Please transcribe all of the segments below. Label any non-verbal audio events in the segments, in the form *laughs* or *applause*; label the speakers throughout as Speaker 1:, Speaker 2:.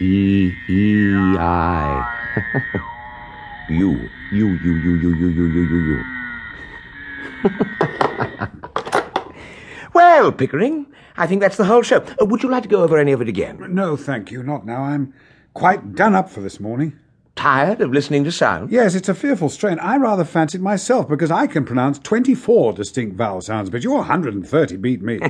Speaker 1: E E I. *laughs* you. You, you, you, you, you, you, you, you, you. *laughs* well, Pickering, I think that's the whole show. Uh, would you like to go over any of it again?
Speaker 2: No, thank you, not now. I'm quite done up for this morning.
Speaker 1: Tired of listening to sound?
Speaker 2: Yes, it's a fearful strain. I rather fancied myself because I can pronounce 24 distinct vowel sounds, but your 130 beat me.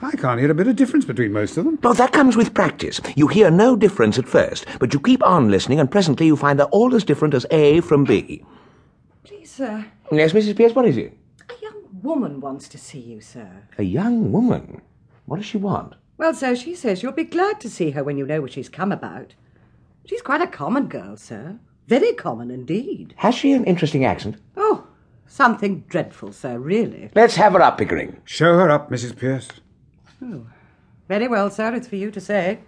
Speaker 2: I can't hear a bit of difference between most of them.
Speaker 1: Well, that comes with practice. You hear no difference at first, but you keep on listening, and presently you find they're all as different as A from B.
Speaker 3: Please, sir.
Speaker 1: Yes, Mrs. Pierce, what is it?
Speaker 3: uh, A young woman wants to see you, sir.
Speaker 1: A young woman. What does she want?
Speaker 3: Well, sir, she says you'll be glad to see her when you know what she's come about. She's quite a common girl, sir. Very common indeed.
Speaker 1: Has she an interesting accent?
Speaker 3: Oh, something dreadful, sir, really.
Speaker 1: Let's have her up, Pickering.
Speaker 2: Show her up, Mrs. Pierce.
Speaker 3: Very well, sir, it's for you to say.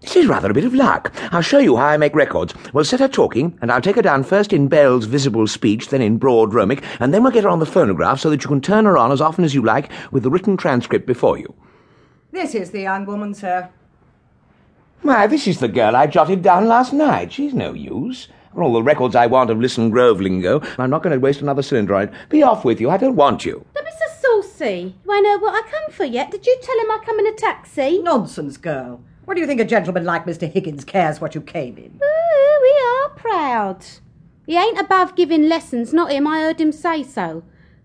Speaker 1: This is rather a bit of luck. I'll show you how I make records. We'll set her talking, and I'll take her down first in Bell's visible speech, then in broad Romic, and then we'll get her on the phonograph so that you can turn her on as often as you like with the written transcript before you.
Speaker 3: This is the young woman, sir.
Speaker 1: Why, this is the girl I jotted down last night. She's no use. For all the records I want of Listen Grove lingo, I'm not going to waste another cylinder on it. Be off with you. I don't want you.
Speaker 4: But Mr. Saucy, do I know what I come for yet? Did you tell him I come in a taxi?
Speaker 3: Nonsense, girl. What do you think a gentleman like Mr. Higgins cares what you came in?
Speaker 4: Ooh, we are proud. He ain't above giving lessons, not him. I heard him say so.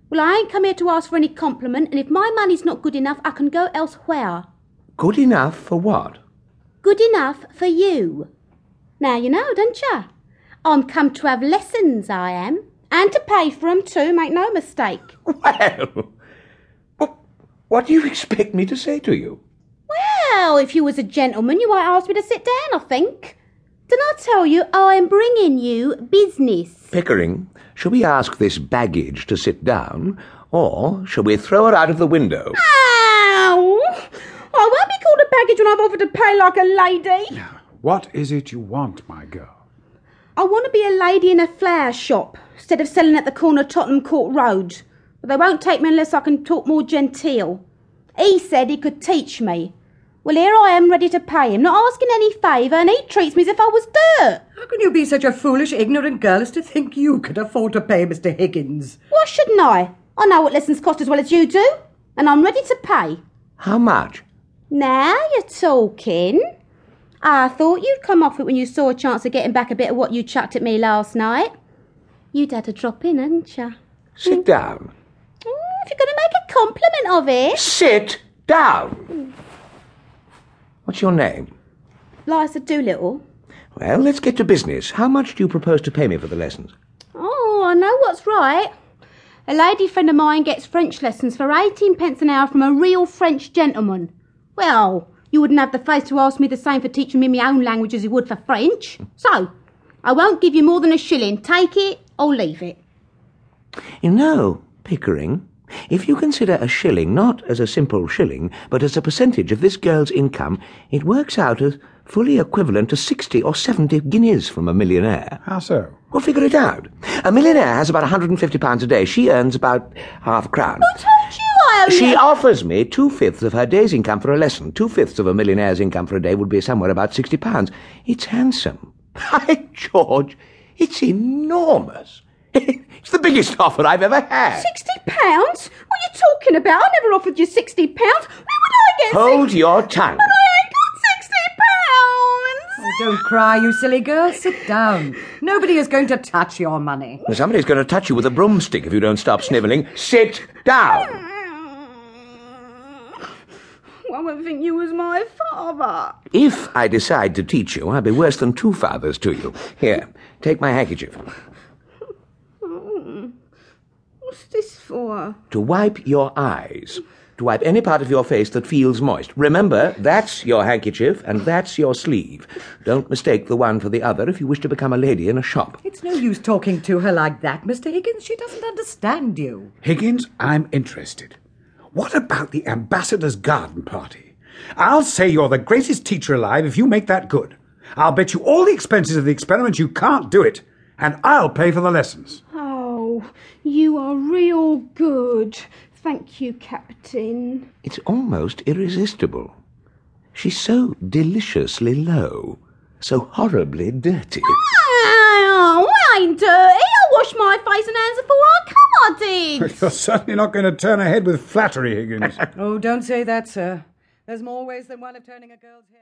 Speaker 4: Well, I ain't come here to ask for any compliment, and if my money's not good enough, I can go elsewhere.
Speaker 1: Good enough for what? *laughs*
Speaker 4: Good enough for you. Now you know, don't you? I'm come to have lessons, I am. And to pay for 'em too, make no mistake.
Speaker 1: Well, what, what do you expect me to say to you?
Speaker 4: Well, if you was a gentleman, you might ask me to sit down, I think. Didn't I tell you I'm bringing you business?
Speaker 1: Pickering, shall we ask this baggage to sit down, or shall we throw her out of the window?
Speaker 4: Ow! I won't be called a baggage when I've offered to pay like a lady.
Speaker 2: What is it you want, my girl?
Speaker 4: I want to be a lady in a flower shop instead of selling at the corner of Tottenham Court Road. But they won't take me unless I can talk more genteel. He said he could teach me. Well, here I am ready to pay him, not asking any favour, and he treats me as if I was dirt.
Speaker 3: How can you be such a foolish, ignorant girl as to think you can afford to pay Mr. Higgins?
Speaker 4: Why shouldn't I? I know what lessons cost as well as you do, and I'm ready to pay.
Speaker 1: How much?
Speaker 4: Now you're talking. I thought you'd come off it when you saw a chance of getting back a bit of what you chucked at me last night. You'd had a drop in, hadn't you?
Speaker 1: Sit down.
Speaker 4: Mm, if you're going to make a compliment of it.
Speaker 1: Sit down. What's your name?
Speaker 4: Liza Doolittle.
Speaker 1: Well, let's get to business. How much do you propose to pay me for the lessons?
Speaker 4: Oh, I know what's right. A lady friend of mine gets French lessons for 18 pence an hour from a real French gentleman. Well, you wouldn't have the face to ask me the same for teaching me my own language as you would for French. So, I won't give you more than a shilling. Take it or leave it.
Speaker 1: You know, Pickering, if you consider a shilling not as a simple shilling, but as a percentage of this girl's income, it works out as fully equivalent to 60 or 70 guineas from a millionaire.
Speaker 2: How so?
Speaker 1: We'll figure it out. A millionaire has about £150 a day. She earns about half a crown.
Speaker 4: I told you I only...
Speaker 1: She offers me two fifths of her day's income for a lesson. Two fifths of a millionaire's income for a day would be somewhere about sixty pounds. It's handsome. *laughs* By George, it's enormous. *laughs* it's the biggest offer I've ever had.
Speaker 4: Sixty pounds? What are you talking about? I never offered you sixty pounds. Where would I get
Speaker 1: Hold
Speaker 4: six-
Speaker 1: your tongue.
Speaker 4: But I ain't got sixty pounds.
Speaker 3: Oh, don't cry, you silly girl. Sit down. Nobody is going to touch your money.
Speaker 1: Somebody's going to touch you with a broomstick if you don't stop snivelling. Sit
Speaker 4: *laughs* Hmm.
Speaker 1: down.
Speaker 4: I would think you was my father.
Speaker 1: If I decide to teach you, I'll be worse than two fathers to you. Here, take my handkerchief.
Speaker 4: What's this for?
Speaker 1: To wipe your eyes. To wipe any part of your face that feels moist. Remember, that's your handkerchief and that's your sleeve. Don't mistake the one for the other if you wish to become a lady in a shop.
Speaker 3: It's no use talking to her like that, Mr. Higgins. She doesn't understand you.
Speaker 2: Higgins, I'm interested. What about the ambassador's garden party? I'll say you're the greatest teacher alive if you make that good. I'll bet you all the expenses of the experiment you can't do it, and I'll pay for the lessons.
Speaker 4: Oh, you are real good. Thank you, Captain.
Speaker 1: It's almost irresistible. She's so deliciously low, so horribly dirty.
Speaker 4: Oh, I ain't dirty. I wash my face and hands before I come, I
Speaker 2: *laughs*
Speaker 4: did.
Speaker 2: You're certainly not going to turn her head with flattery, Higgins.
Speaker 3: Oh, don't say that, sir. There's more ways than one of turning a girl's head.